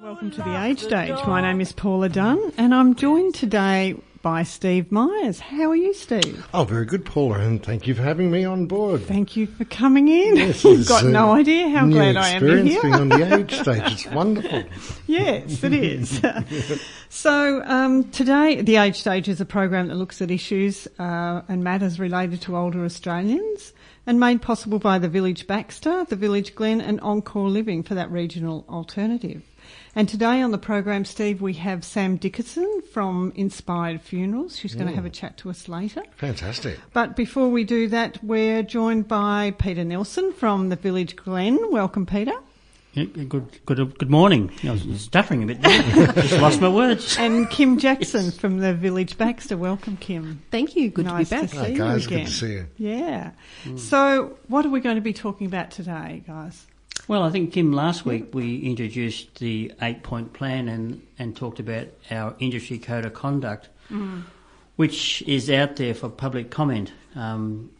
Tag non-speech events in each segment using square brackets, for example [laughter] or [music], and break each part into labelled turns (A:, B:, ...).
A: welcome to the Age Stage. My name is Paula Dunn, and I'm joined today by Steve Myers. How are you, Steve?
B: Oh, very good, Paula, and thank you for having me on board.
A: Thank you for coming in. [laughs]
B: This
A: You've
B: is
A: got
B: a
A: no idea how
B: new
A: glad I am you're
B: experience
A: here.
B: being
A: [laughs]
B: on the age stage. It's wonderful.
A: Yes, it is. so um, today, the Age Stage is a program that looks at issues uh, and matters related to older Australians, and made possible by the Village Baxter, the Village Glen, and Encore Living for that regional alternative. And today on the program, Steve, we have Sam Dickerson from Inspired Funerals. She's going to have a chat to us later.
B: Fantastic.
A: But before we do that, we're joined by Peter Nelson from the Village Glen. Welcome, Peter.
C: Yeah, Good, uh, good, good morning. I was stuttering a bit. [laughs] there. Just lost my words.
A: And
C: [laughs]
A: Kim Jackson from the Village Baxter. Welcome, Kim.
D: Thank you. Good
A: nice
D: to be back.
A: see
B: Hi,
A: you
B: guys. Good
A: again.
B: to see you.
A: Yeah.
C: Mm.
A: So, what are we going to be talking about today, guys?
C: Well, I think Kim, last week we introduced the eight-point plan and and talked about our industry code of conduct, which is out there for public comment. Um,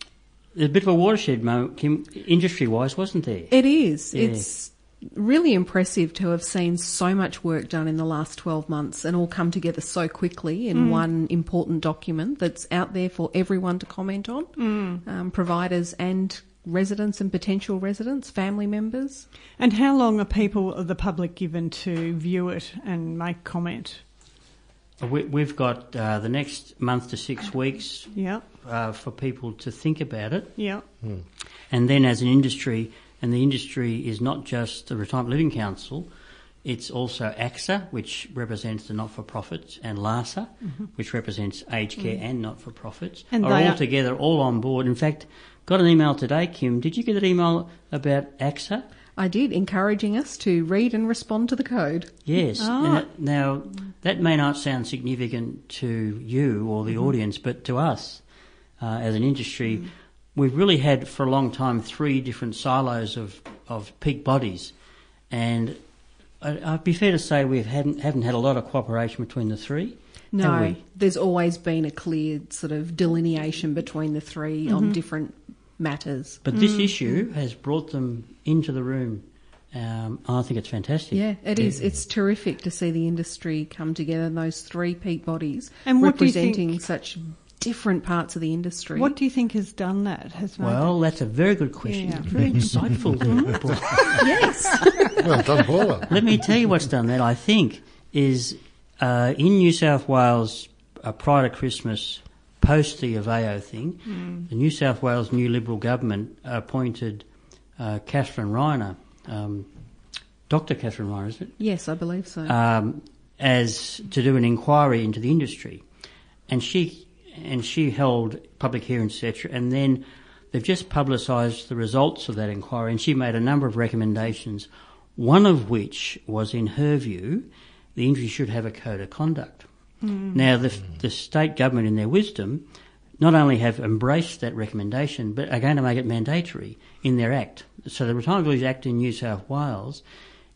C: a bit of a watershed moment, Kim, industry-wise, wasn't there?
D: It is.
C: Yeah.
D: It's really impressive to have seen so much work done in the last 12 months and all come together so quickly in one important document that's out there for everyone to comment on, um, providers and residents and potential residents, family members.
A: And how long are people, are the public, given to view it and make comment?
C: We, we've got uh, the next month to six weeks
A: Yeah,
C: uh, for people to think about it.
A: yeah,
C: And then as an industry, and the industry is not just the Retirement Living Council, it's also AXA, which represents the not-for-profits, and LASA, which represents aged care and not-for-profits,
A: Mm-hmm. Mm. And
C: are
A: they
C: all
A: are-
C: together, all on board. In fact, got an email today, Kim. Did you get an email about AXA?
D: I did, encouraging us to read and respond to the code.
C: Yes. And
A: Ah.
C: that- now, that may not sound significant to you or the audience, but to us uh, as an industry, we've really had for a long time three different silos of, of peak bodies. And I, I'd be fair to say we haven't, haven't had a lot of cooperation between the three. have
D: No,
C: we?
D: there's always been a clear sort of delineation between the 3 on different matters.
C: But this issue has brought them into the room. Um, I think it's fantastic.
D: Yeah, it is. It's terrific to see the industry come together and those three peak bodies
A: And what do you
D: representing
A: think-
D: such different parts of the industry.
A: What do you think has done that? Has made
C: Well, that's a very good question.
A: Yeah.
C: Very [laughs] insightful there, Paul.
B: Well done, Paula.
C: Let me tell you what's done that, I think, is uh, in New South Wales uh, prior to Christmas, post the Aveo thing, the New South Wales new Liberal government appointed uh, Catherine Reiner, um, Dr. Catherine Reiner, is it?
D: yes, I believe so.
C: um, as to do an inquiry into the industry, and she and she held public hearings, etc. And then they've just publicised the results of that inquiry, and she made a number of recommendations. One of which was, in her view, the industry should have a code of conduct. Now, the, the state government, in their wisdom, not only have embraced that recommendation, but are going to make it mandatory in their act. So, the Retirement Village Act in New South Wales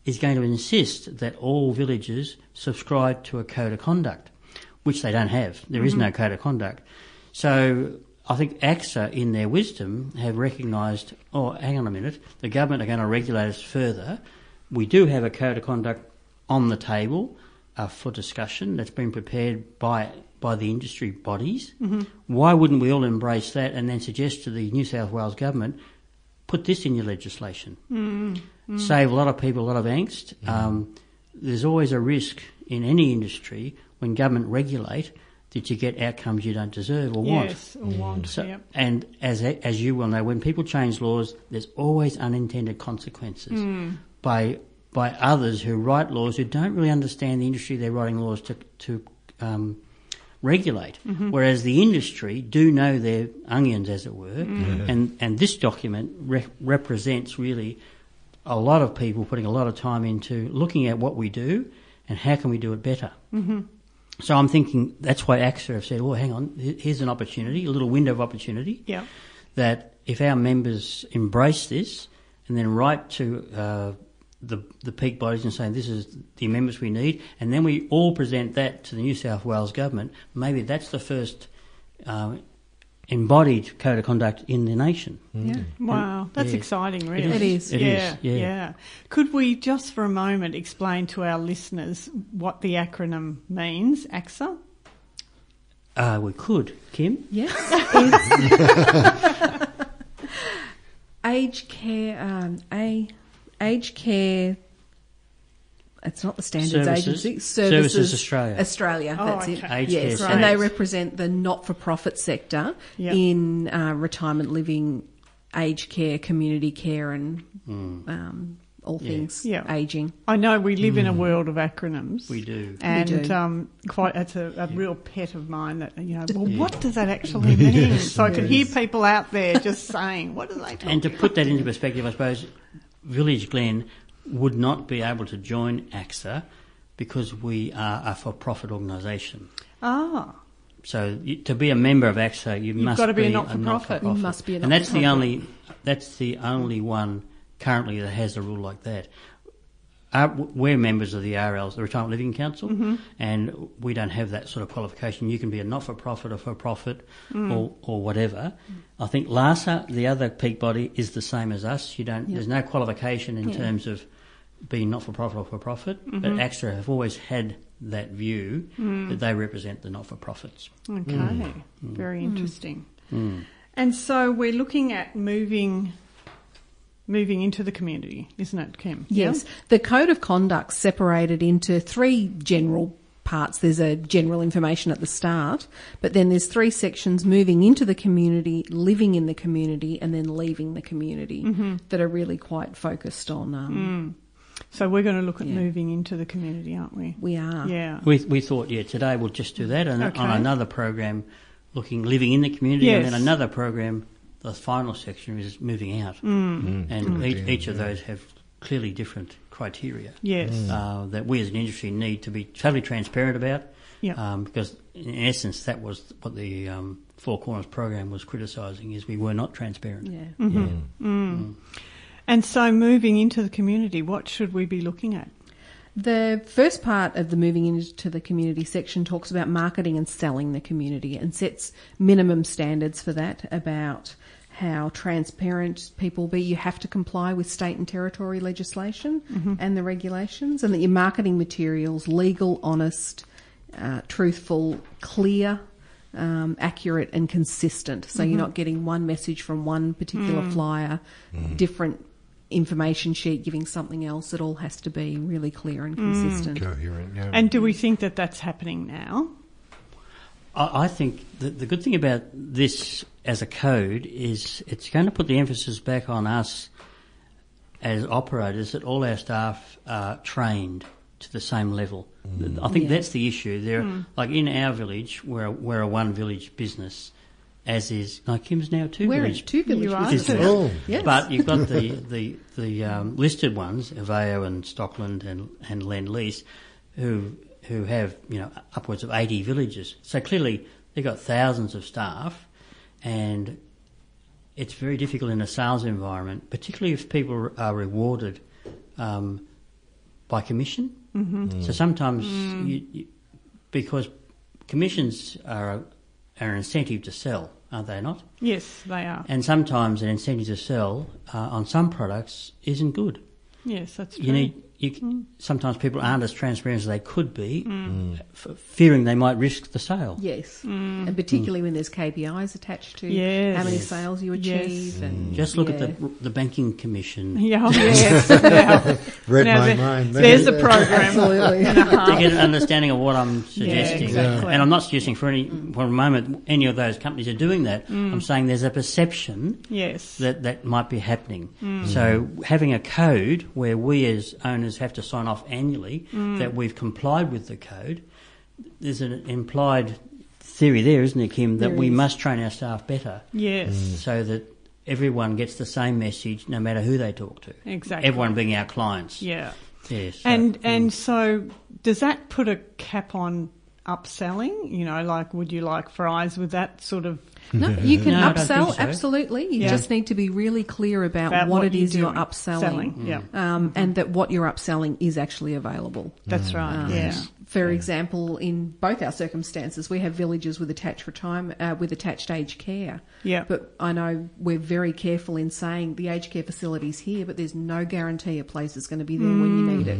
C: is going to insist that all villages subscribe to a code of conduct, which they don't have. There is no code of conduct. So, I think AXA, in their wisdom, have recognised, oh, hang on a minute, the government are going to regulate us further. We do have a code of conduct on the table uh, for discussion that's been prepared by by the industry bodies. Why wouldn't we all embrace that and then suggest to the New South Wales government put this in your legislation? Save a lot of people a lot of angst. Um, there's always a risk in any industry when government regulate that you get outcomes you don't deserve or want.
A: Yes, or want.
C: So,
A: yep.
C: And as as you well know, when people change laws, there's always unintended consequences by by others who write laws who don't really understand the industry they're writing laws to to um, regulate. Whereas the industry do know their onions, as it were, and and this document re- represents really a lot of people putting a lot of time into looking at what we do and how can we do it better. So I'm thinking that's why AXA have said, well, hang on, he- here's an opportunity, a little window of opportunity,
A: Yeah.
C: that if our members embrace this and then write to uh, the, the peak bodies and say, this is the amendments we need, and then we all present that to the New South Wales government, maybe that's the first uh, embodied code of conduct in the nation.
A: Yeah. Wow, that's
C: Yeah.
A: exciting, really.
D: is. It is.
C: It is,
A: yeah,
C: yeah.
A: Could we just for a moment explain to our listeners what the acronym means, AXA?
C: Uh, we could, Kim.
D: [laughs] Yes. it's- age care. Um, a age care. It's not the standards
C: Services.
D: agency.
C: Services Australia.
D: Australia.
A: Oh,
D: that's
A: okay.
C: Aged
D: it. Yes,
C: care
D: and they
A: services.
D: represent the not-for-profit sector
A: Yep.
D: in uh, retirement living, aged care, community care, and
C: Hmm.
D: um, all things
A: Yeah.
D: aging.
A: I know we live in a world of acronyms.
C: Hmm. We do.
A: And
D: do.
A: Um, quite, it's a, a real pet of mine that, you know, well, what does that actually
C: [laughs]
A: mean? so I could hear people out there just saying, what do they talking
C: And to put that into perspective, I suppose Village Glen would not be able to join AXA because we are a for-profit organisation.
A: Ah,
C: So you, to be a member of AXA, you must
A: gotta be a
C: not for
A: not-for-profit.
C: profit.
A: You
D: must be a
C: and that's the
D: not-for-profit.
C: only that's the only one currently that has a rule like that. Our, Uh, we're members of the RLs, the Retirement Living Council, and we don't have that sort of qualification. You can be a not-for-profit or for-profit or, or whatever. I think LASA, the other peak body, is the same as us. You don't. There's no qualification in terms of being not-for-profit or for-profit. But AXA have always had that view that they represent the not-for-profits.
A: okay.
C: Hmm.
D: Hmm.
A: Very interesting. And so we're looking at moving, moving into the community, isn't it, Kim?
D: Yes. The code of conduct separated into three general parts. There's a general information at the start, but then there's three sections moving into the community, living in the community, and then leaving the community that are really quite focused on. Um,
A: So we're going to look at
D: Yeah.
A: moving into the community, aren't we?
D: We are.
A: Yeah.
C: We, we thought, yeah, today we'll just do that, and on
A: Okay.
C: another program, looking living in the community, and then
A: Yes.
C: another program. The final section is moving out, mm. and each, each of those have clearly different criteria
A: Yes.
C: uh, that we as an industry need to be totally transparent about.
A: Yeah.
C: Um, because in essence, that was what the um, Four Corners program was criticising: is we were not transparent.
D: Yeah.
A: And so moving into the community, what should we be looking at?
D: The first part of the moving into the community section talks about marketing and selling the community and sets minimum standards for that about how transparent people be. You have to comply with state and territory legislation and the regulations, and that your marketing materials legal, honest, uh, truthful, clear. Um, accurate and consistent, so
A: Mm-hmm.
D: you're not getting one message from one particular
A: Mm.
D: flyer,
C: Mm-hmm.
D: different information sheet giving something else. It all has to be really clear and
A: Mm.
D: consistent.
B: Coherent, yeah.
A: And do we think that that's happening now?
C: I, I think the, the good thing about this as a code is it's going to put the emphasis back on us as operators that all our staff are trained to the same level. I think
D: Yeah. Hmm.
C: that's the issue. There, like in our village, we're a, we're a one village business, as is like Kim's now 2
D: We're in
C: village
D: two village
A: You are
D: businesses.
A: too.
B: Oh.
D: Yes.
C: but you've got the the the um, listed ones, Aveo and Stockland and and Lend Lease, who who have you know upwards of eighty villages. So clearly they've got thousands of staff, and it's very difficult in a sales environment, particularly if people are rewarded um, by commission. Mm-hmm. So sometimes you, you, because commissions are are an incentive to sell, aren't they not?
A: Yes, they are.
C: And sometimes an incentive to sell uh, on some products isn't good.
A: Yes, that's true. [laughs] Mm.
C: You need you, c sometimes people aren't as transparent as they could be, f- fearing they might risk the sale.
D: Yes, and particularly when there's KPIs attached to
A: Mm. Yes.
D: how many
A: Yes.
D: sales you
A: Yes.
D: achieve, and
C: Mm. Just look
D: Yeah.
C: at [laughs] the the banking commission. [laughs]
A: yeah, oh, yes. now, [laughs]
B: Read
A: now
B: my
A: there-
B: mind.
A: There's
B: there.
A: a program.
D: absolutely.
C: to get an understanding of what I'm suggesting.
A: exactly. Mm.
C: And I'm not suggesting for any for a moment any of those companies are doing that. I'm saying there's a perception
A: [laughs] yes.
C: that that might be happening.
A: Hmm.
C: So having a code where we as owners have to sign off annually
A: Hmm.
C: that we've complied with the code, there's an implied theory there, isn't there, Kim, that
D: There
C: we
D: is.
C: must train our staff better
A: yes.
C: so that everyone gets the same message no matter who they talk to.
A: Exactly.
C: Everyone being our clients.
A: Yeah.
C: Yes.
A: And and so does that put a cap on upselling? You know, like would you like fries with that sort of
D: No, you can
C: No, I don't
D: upsell,
C: think so.
D: absolutely. You
A: Yeah.
D: just need to be really clear about,
A: About
D: what,
A: what
D: it
A: you're
D: is you're
A: doing.
D: upselling.
A: Selling, yeah.
D: Um, and that what you're upselling is actually available.
A: That's right.
D: Um,
A: yeah.
D: For example, in both our circumstances, we have villages with attached retirement, uh, with attached aged care.
A: Yeah.
D: But I know we're very careful in saying the aged care facility's here, but there's no guarantee a place is going to be there when
A: Mm.
D: you need it.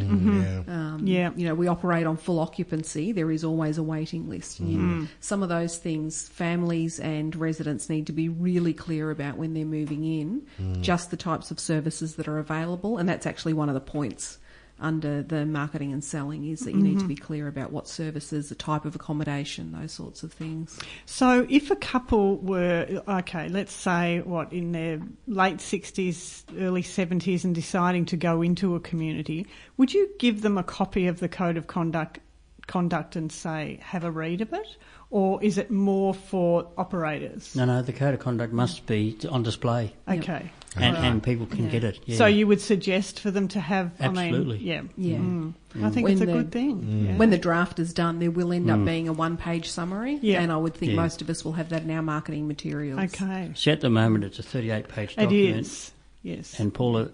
B: Yeah.
D: Um,
A: Yeah.
D: You know, we operate on full occupancy. There is always a waiting list. You-
A: Mm-hmm.
D: some of those things, families and residents need to be really clear about when they're moving in,
A: Mm.
D: just the types of services that are available. And that's actually one of the points under the marketing and selling is that you
A: Mm-hmm.
D: need to be clear about what services, the type of accommodation, those sorts of things.
A: So, if a couple were, okay, let's say what, in their late 60s, early 70s, and deciding to go into a community, would you give them a copy of the code of conduct, conduct and say, have a read of it? Or is it more for operators?
C: No, no, the code of conduct must be t- on display,
A: Okay.
C: and, and people can get it. Yeah.
A: So, you would suggest for them to have,
C: Absolutely. Mm.
A: I mean, yeah.
D: Yeah.
A: Mm. I think
D: When
A: it's a
D: the-
A: good thing. yeah. Mm.
D: When the draft is done, there will end up being a one-page summary,
A: Yeah.
D: and I would think
C: Yeah.
D: most of us will have that in our marketing materials.
A: Okay.
C: See, at the moment, it's a 38-page
A: It
C: document.
A: is. Yes.
C: And Paula,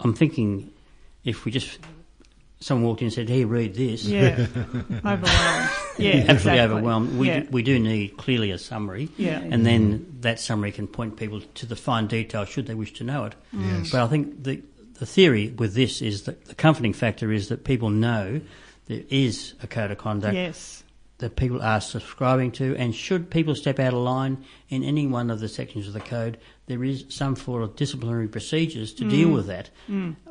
C: I'm thinking if we just someone walked in and said, "Hey, read this,"
A: yeah. overwhelmed. Yeah.
C: [laughs] absolutely
A: exactly.
C: overwhelmed. We
A: yeah.
C: do, we do need clearly a summary,
A: Yeah.
C: and then that summary can point people to the fine detail should they wish to know it.
B: Yes.
C: But I think the the theory with this is that the comforting factor is that people know there is a code of conduct
A: Yes.
C: that people are subscribing to, and should people step out of line in any one of the sections of the code, there is some form of disciplinary procedures to
A: Mm.
C: deal with that,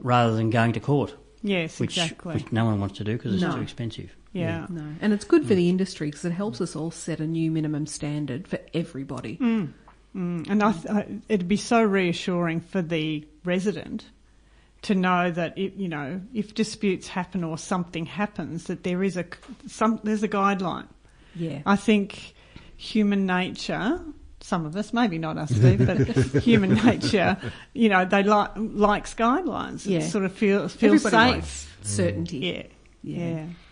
C: rather than going to court,
A: Yes,
C: which
A: exactly.
C: which no one wants to do because it's
D: No.
C: too expensive.
A: yeah.
D: No, and it's good for the industry because it helps us all set a new minimum standard for everybody.
A: Mm. And I th- I, it'd be so reassuring for the resident to know that if, you know if disputes happen or something happens, that there is a c- some there's a guideline.
D: Yeah,
A: I think human nature. Some of us, maybe not us, Steve, but human nature, you know, they like likes guidelines.
D: Yeah.
A: It sort of feels feels
D: Everybody
A: safe.
D: certainty.
A: Yeah, yeah, Mm-hmm.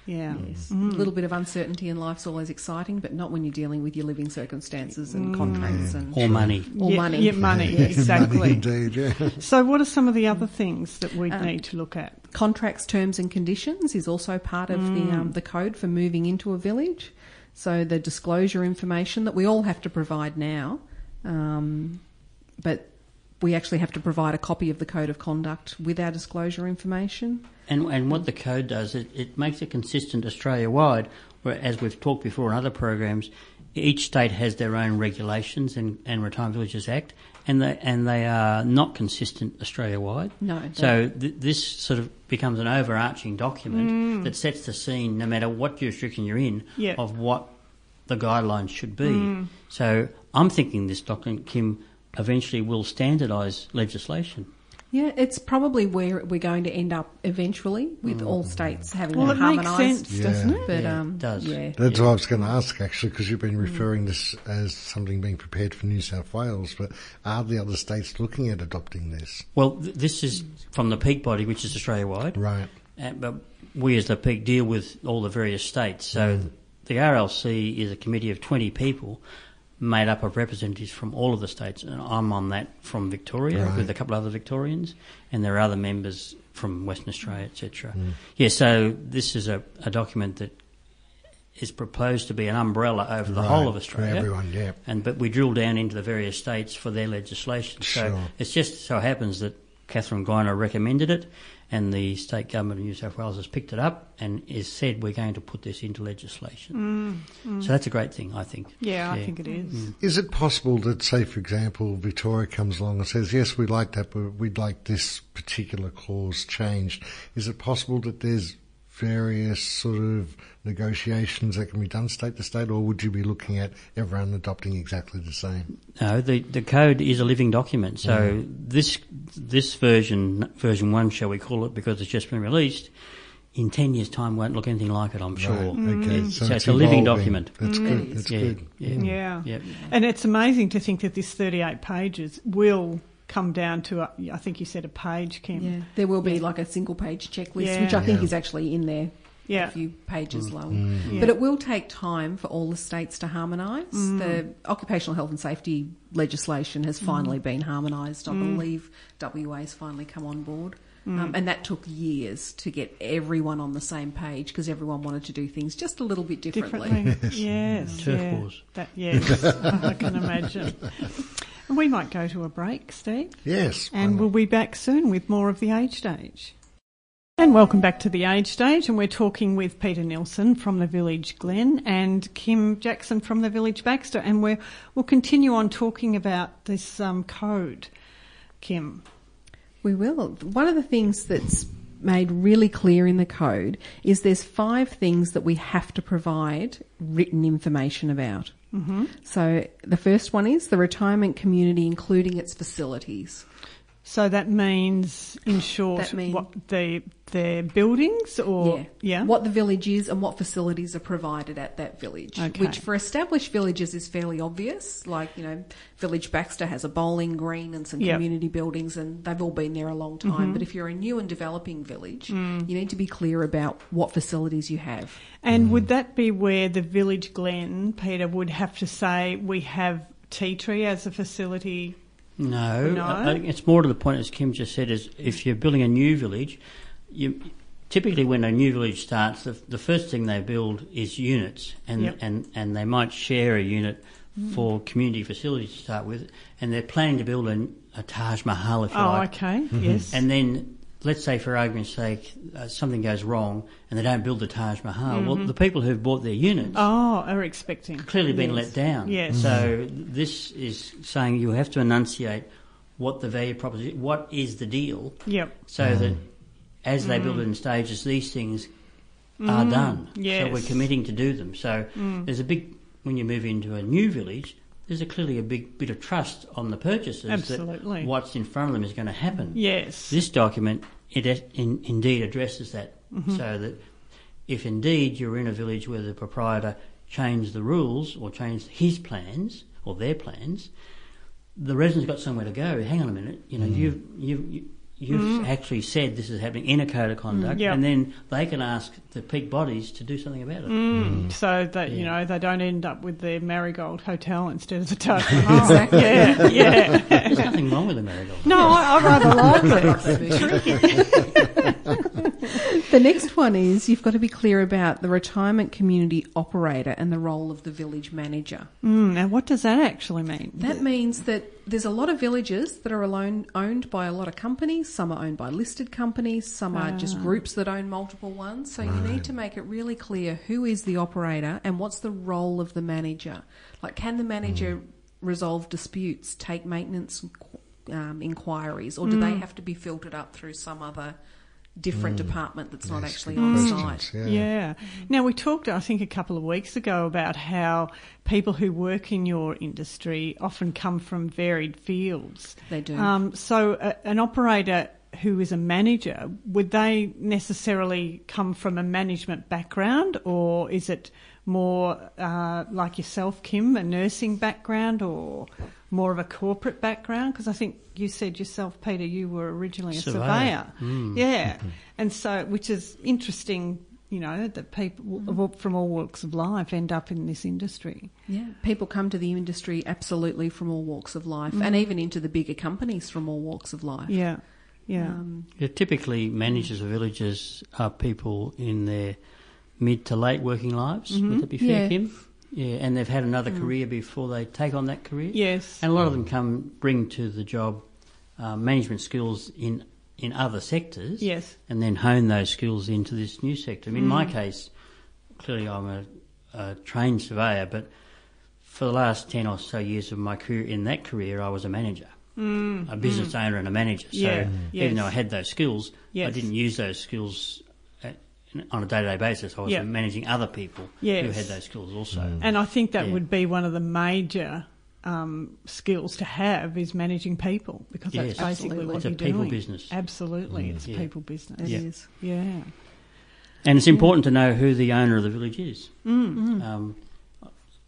D: Yeah.
A: yeah.
D: Yes. A little bit of uncertainty in life's always exciting, but not when you're dealing with your living circumstances and contracts and
C: Or money.
D: or
A: Mm. Yeah,
D: money.
A: yeah, money, exactly.
B: [laughs] Indeed, yeah.
A: so, what are some of the other things that we need to look at?
D: Contracts, terms, and conditions is also part of the um,
A: Mm.
D: the code for moving into a village. So the disclosure information that we all have to provide now, um, but we actually have to provide a copy of the code of conduct with our disclosure information.
C: And, and what the code does, it, it makes it consistent Australia wide, where, as we've talked before in other programs, each state has their own regulations and, and Retirement Villages Act, and they, and they are not consistent Australia wide.
D: No,
C: So th- this sort of becomes an overarching document that sets the scene, no matter what jurisdiction you're in,
A: Yeah.
C: of what the guidelines should be. So I'm thinking this document, Kim, eventually will standardise legislation.
D: Yeah, it's probably where we're going to end up eventually with all states having
A: Well,
D: a
A: it makes
D: harmonised.
A: sense,
B: Yeah.
A: doesn't it?
D: But
C: Yeah,
D: um,
C: it does.
D: Yeah.
B: That's what I was going to ask, actually, because you've
A: Mm.
B: been referring this as something being prepared for New South Wales, but are the other states looking at adopting this?
C: Well, th- this is from the peak body, which is Australia wide.
B: Right.
C: And, Uh, but we as the peak deal with all the various states. So
B: Mm.
C: the RLC is a committee of 20 people made up of representatives from all of the states. And I'm on that from Victoria
B: Right.
C: with a couple of other Victorians and there are other members from Western Australia, etc.
B: Mm.
C: Yeah, so this is a, a document that is proposed to be an umbrella over the whole
B: Right,
C: of Australia.
B: For everyone, yeah.
C: And but we drill down into the various states for their legislation. So
B: Sure.
C: it's just so happens that Catherine Guiner recommended it, and the state government of New South Wales has picked it up and is said we're going to put this into legislation. So that's a great thing, I think.
A: Mm, Yeah, Mm. I think it is.
B: Is it possible that, say, for example, Victoria comes along and says, yes, we like that, but we'd like this particular clause changed? Is it possible that there's various sort of negotiations that can be done state to state, or would you be looking at everyone adopting exactly the same?
C: No, the, the code is a living document. So this this version, version one, shall we call it, because it's just been released. In ten years' time, won't look anything like it. I'm sure.
B: Right,
A: Mm.
B: Okay.
C: Yeah, so, it's, a living
B: evolving.
C: document.
B: That's
D: Mm. It
B: good.
D: is.
B: That's
C: yeah,
B: good.
C: yeah,
A: Yeah.
C: Yep.
A: Mm. And it's amazing to think that this 38 pages will come down to, a, I think you said a page, Kim.
D: Yeah, there will be
A: Yeah.
D: like a single page checklist,
A: Yeah. Mm.
D: which I think
B: Yeah.
D: is actually in there.
A: Yeah.
D: a few pages long.
B: Mm.
A: Yeah.
D: But it will take time for all the states to harmonise.
A: Mm.
D: The occupational health and safety legislation has finally been harmonised. I
A: Mm.
D: believe WA's finally come on board. Um, and that took years to get everyone on the same page because everyone wanted to do things just a little bit differently.
A: differently. [laughs] Yes.
C: Turf
A: yeah.
C: wars.
A: That, yes, [laughs] I can imagine. We might go to a break, Steve.
B: Yes. why
A: And
B: not?
A: we'll be back soon with more of The Age Stage. And welcome back to The Age Stage. And we're talking with Peter Nilsson from The Village Glen and Kim Jackson from The Village Baxter. And we're, we'll continue on talking about this um, code, Kim.
D: We will. One of the things that's made really clear in the code is there's five things that we have to provide written information about. Mm-hmm. So the first one is the retirement community, including its facilities.
A: So that means, in short,
D: That mean-
A: what the their buildings or
D: What the village is and what facilities are provided at that village.
A: Okay.
D: Which for established villages is fairly obvious. Like, you know, Village Baxter has a bowling green and some
A: Yep. Mm-hmm.
D: community buildings and they've all been there a long time. But if you're a new and developing village,
A: Mm.
D: you need to be clear about what facilities you have.
A: And would that be where the village Glen, Peter, would have to say we have tea tree as a facility?
C: No,
A: No?
C: I I think it's more to the point, as Kim just said, is if you're building a new village, you typically when a new village starts, the, the first thing they build is units, and
A: Yep. Mm.
C: and and they might share a unit for community facilities to start with, and they're planning to build an, a Taj Mahal, if you
A: Oh,
C: like,
A: okay. Yes.
C: and then. Let's say, for argument's sake, uh, something goes wrong and they don't build the Taj Mahal. Well, the people who've bought their units
A: Mm-hmm. oh, are expecting.
C: clearly been
A: Yes.
C: let down.
A: Yes.
C: So this is saying you have to enunciate what the value proposition, what is the deal,
A: Mm-hmm. Yep.
C: so that as they
A: Mm.
C: build it in stages, these things are done. So we're
A: yes. Mm.
C: committing to do them. So there's a big when you move into a new village. There's a clearly a big bit of trust on the purchasers
A: Absolutely.
C: that what's in front of them is going to happen.
A: Yes.
C: This document it a- in, indeed addresses that,
A: Mm-hmm.
C: so that if indeed you're in a village where the proprietor changed the rules or changed his plans or their plans, the resident's got somewhere to go. Hang on a minute, you
A: Mm.
C: know, you've you've you- you've actually said this is happening in a code of conduct,
A: Mm-hmm. Mm, Yeah.
C: and then they can ask the peak bodies to do something about it.
A: Mm, [laughs] So that you
C: Yeah.
A: know they don't end up with the Marigold Hotel instead
C: [laughs]
A: of the Taj Mahal.
D: Exactly.
A: [laughs] Yeah, yeah.
C: There's nothing wrong with the marigold.
A: No, I, I rather
D: [laughs]
A: like it.
D: the next one is you've got to be clear about the retirement community operator and the role of the village manager.
A: Mm, now, what does that actually mean?
D: That means that there's a lot of villages that are alone owned by a lot of companies. Some are owned by listed companies. Some are just groups that own multiple ones. So you need to make it really clear who is the operator and what's the role of the manager. Like, can the manager resolve disputes, take maintenance inqu- um, inquiries, or do they have to be filtered up through some other different department that's not actually on site?
B: Questions, yeah.
A: Yeah. Now, we talked, I think, a couple of weeks ago about how people who work in your industry often come from varied fields.
D: They do.
A: Um, so, a, an operator who is a manager, would they necessarily come from a management background, or is it more uh, like yourself, Kim, a nursing background, or more of a corporate background? Because I think you said yourself, Peter, you were originally a surveyor.
C: Surveyor. Mm. Mm-hmm.
A: Yeah, and so which is interesting, you know, that people w from all walks of life end up in this industry.
D: Yeah, people come to the industry absolutely from all walks of life, and even into the bigger companies from all walks of life.
A: Mm.
D: Um,
A: Yeah, yeah,
C: Yeah, typically, managers of villages are people in their mid to late working lives. Would that be fair,
D: Yeah.
C: Kim? Yeah, and they've had another career before they take on that career.
A: yes,
C: and a lot of them come bring to the job uh, management skills in in other sectors.
A: yes,
C: and then hone those skills into this new sector. I mean, in
A: Mm.
C: my case, clearly I'm a, a trained surveyor, but for the last 10 or so years of my career, in that career, I was a manager, a business owner and a manager. So
A: Mm, Yeah, yes.
C: even though I had those skills, I
A: Yes.
C: didn't use those skills uh, on a day-to-day basis. I was
A: Yeah.
C: managing other people who
A: Yes.
C: had those skills also.
A: and I think that
C: Yeah.
A: would be one of the major um, skills to have is managing people because
C: Yes.
A: that's basically
D: Absolutely.
A: what
C: It's a
A: you're
C: people
A: doing.
C: business. Mm.
A: Absolutely, it's
C: Yeah. Mm.
A: a people business.
D: It
A: yeah.
D: is.
A: yeah.
C: And it's important to know who the owner of the village is. Um,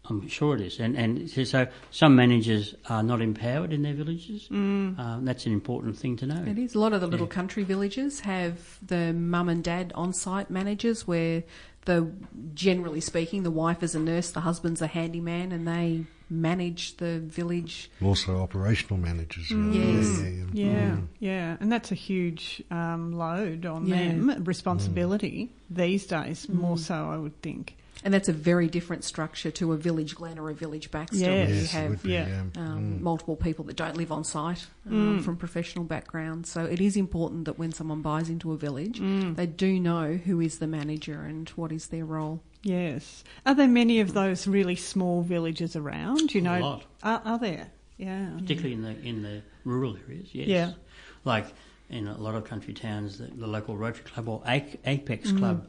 C: I'm sure it is. And, and so- so some managers are not empowered in their villages. Mm. Um, that's an important thing to know.
D: It is. A lot of the little country villages have the mum and dad on site managers where the generally speaking, the wife is a nurse, the husband's a handyman and they manage the village.
B: Also, operational managers.
D: Mm. Yes.
B: Yeah, yeah, yeah.
A: Yeah,
C: Mm.
A: yeah, and that's a huge um, load on
D: Yeah. Mm.
A: them, responsibility
C: Mm.
A: these days, more so, I would think.
D: And that's a very different structure to a village glen or a village Baxter where you
A: Yes,
B: Yes, it would
D: have
B: be,
A: yeah.
B: yeah. Mm.
D: um, multiple people that don't live on site um, from professional backgrounds. So it is important that when someone buys into a village, they do know who is the manager and what is their role.
A: Yes. Are there many of those really small villages around? You
C: A
A: know,
C: lot.
A: Are, are there? Yeah.
C: particularly in the in the rural areas. Yes.
A: Yeah.
C: Like in a lot of country towns, the, the local Rotary Club or A- Apex Club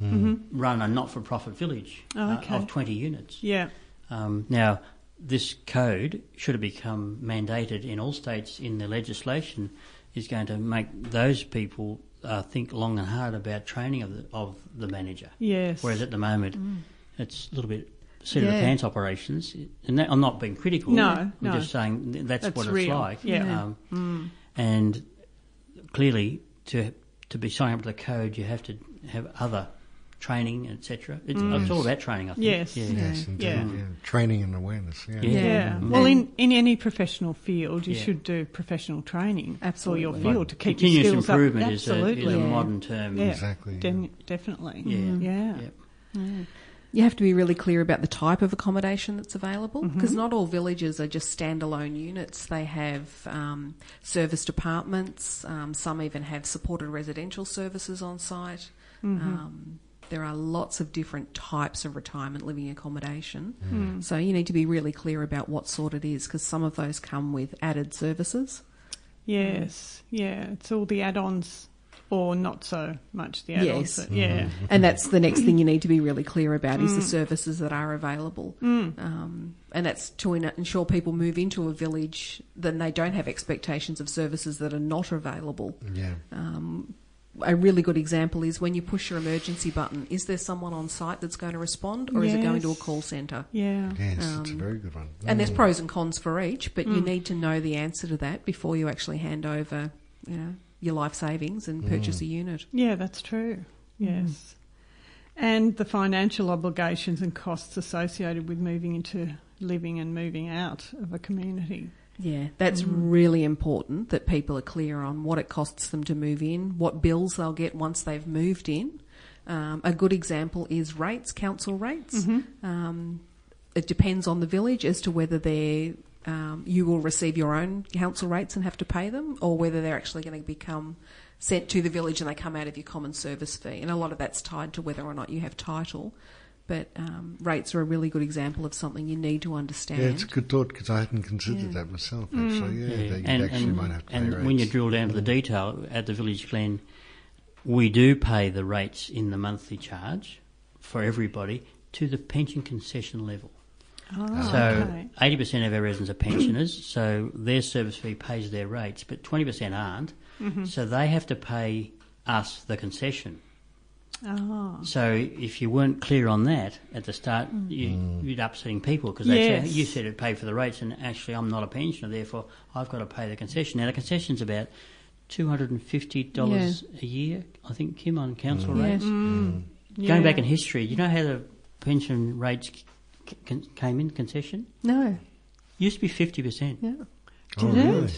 C: run a not-for-profit village uh,
A: Oh, okay.
C: of 20 units.
A: Yeah.
C: Um, now, this code should have become mandated in all states in the legislation. Is going to make those people uh, think long and hard about training of the, of the manager.
A: Yes.
C: Whereas at the moment,
A: Mm.
C: it's a little bit seat of the
D: Yeah.
C: pants operations, and that, I'm not being critical.
A: No,
C: I'm
A: no.
C: just saying th- that's,
A: That's
C: what it's
A: real,
C: like.
A: yeah. Mm.
C: Um, And clearly, to to be signed up to the code, you have to have other training, etc. It's, it's all about training, I think.
A: Mm. Yes.
C: Yeah.
B: Yes, indeed.
A: Yeah.
B: yeah. Training and awareness. Yeah.
C: Yeah.
A: yeah.
D: Mm.
A: Well,
D: And-
A: in, in any professional field, you
C: Yeah.
A: should do professional training
D: Absolutely.
A: for your field to keep your
C: Continuous
A: skills
C: improvement
A: up.
C: is a,
A: Absolutely.
C: is a
D: Yeah.
C: modern term.
A: yeah.
B: Exactly, yeah.
A: Den- Definitely.
C: Yeah.
D: Mm-hmm.
A: Yeah.
C: Yeah.
D: You have to be really clear about the type of accommodation that's available because not all villages are just standalone units. They have um, serviced apartments, um, some even have supported residential services on site. Um, there are lots of different types of retirement living accommodation. So you need to be really clear about what sort it is because some of those come with added services.
A: Yes. Yeah. It's all the add-ons, or not so much the add-ons.
D: Yes.
A: but yeah.
C: Mm-hmm.
D: and that's the next thing you need to be really clear about is the services that are available um, and that's to en- ensure people move into a village then they don't have expectations of services that are not available Um,
B: Yeah.
D: a really good example is when you push your emergency button is there someone on site that's going to respond or is it going to a
A: Yes.
D: call centre
A: Yeah.
B: Yes, it's a
A: Um,
B: very good one. Mm.
D: and there's pros and cons for each but you need to know the answer to that before you actually hand over you know your life savings and purchase a unit
A: Yeah, that's true.
D: Mm-hmm.
A: Yes. And the financial obligations and costs associated with moving into living and moving out of a community.
D: Yeah, Mm. that's really important that people are clear on what it costs them to move in, what bills they'll get once they've moved in. Um, a good example is rates, council rates. Um, it depends on the village as to whether they um, you will receive your own council rates and have to pay them, or whether they're actually going to become sent to the village and they come out of your common service fee. And a lot of that's tied to whether or not you have title. But um, rates are a really good example of something you need to understand.
B: Yeah, it's a good thought because I hadn't considered that myself.
A: Mm.
B: Actually, yeah, that you
C: And,
B: actually
C: and-
B: might have to pay
C: and
B: rates.
C: when you drill down to the detail at the village glen, we do pay the rates in the monthly charge for everybody to the pension concession level.
B: Ah,
A: Oh,
C: So eighty percent of our residents are pensioners, so their service fee pays their rates, but twenty percent aren't.
A: Mm-hmm.
C: So they have to pay us the concession.
A: Oh.
C: So if you weren't clear on that at the start, you, you'd upsetting people because
A: Mm. Yes.
C: you said it paid for the rates, and actually I'm not a pensioner, therefore I've got to pay the concession. Now the concession's about two hundred and fifty dollars a year, I think, Kim, on council
A: Mm.
D: Yeah.
C: rates.
B: Mm.
C: Going back in history, you know how the pension rates c- c- came in concession?
D: No.
C: Used to be fifty percent.
D: Yeah.
B: oh,
A: Did it?
B: really?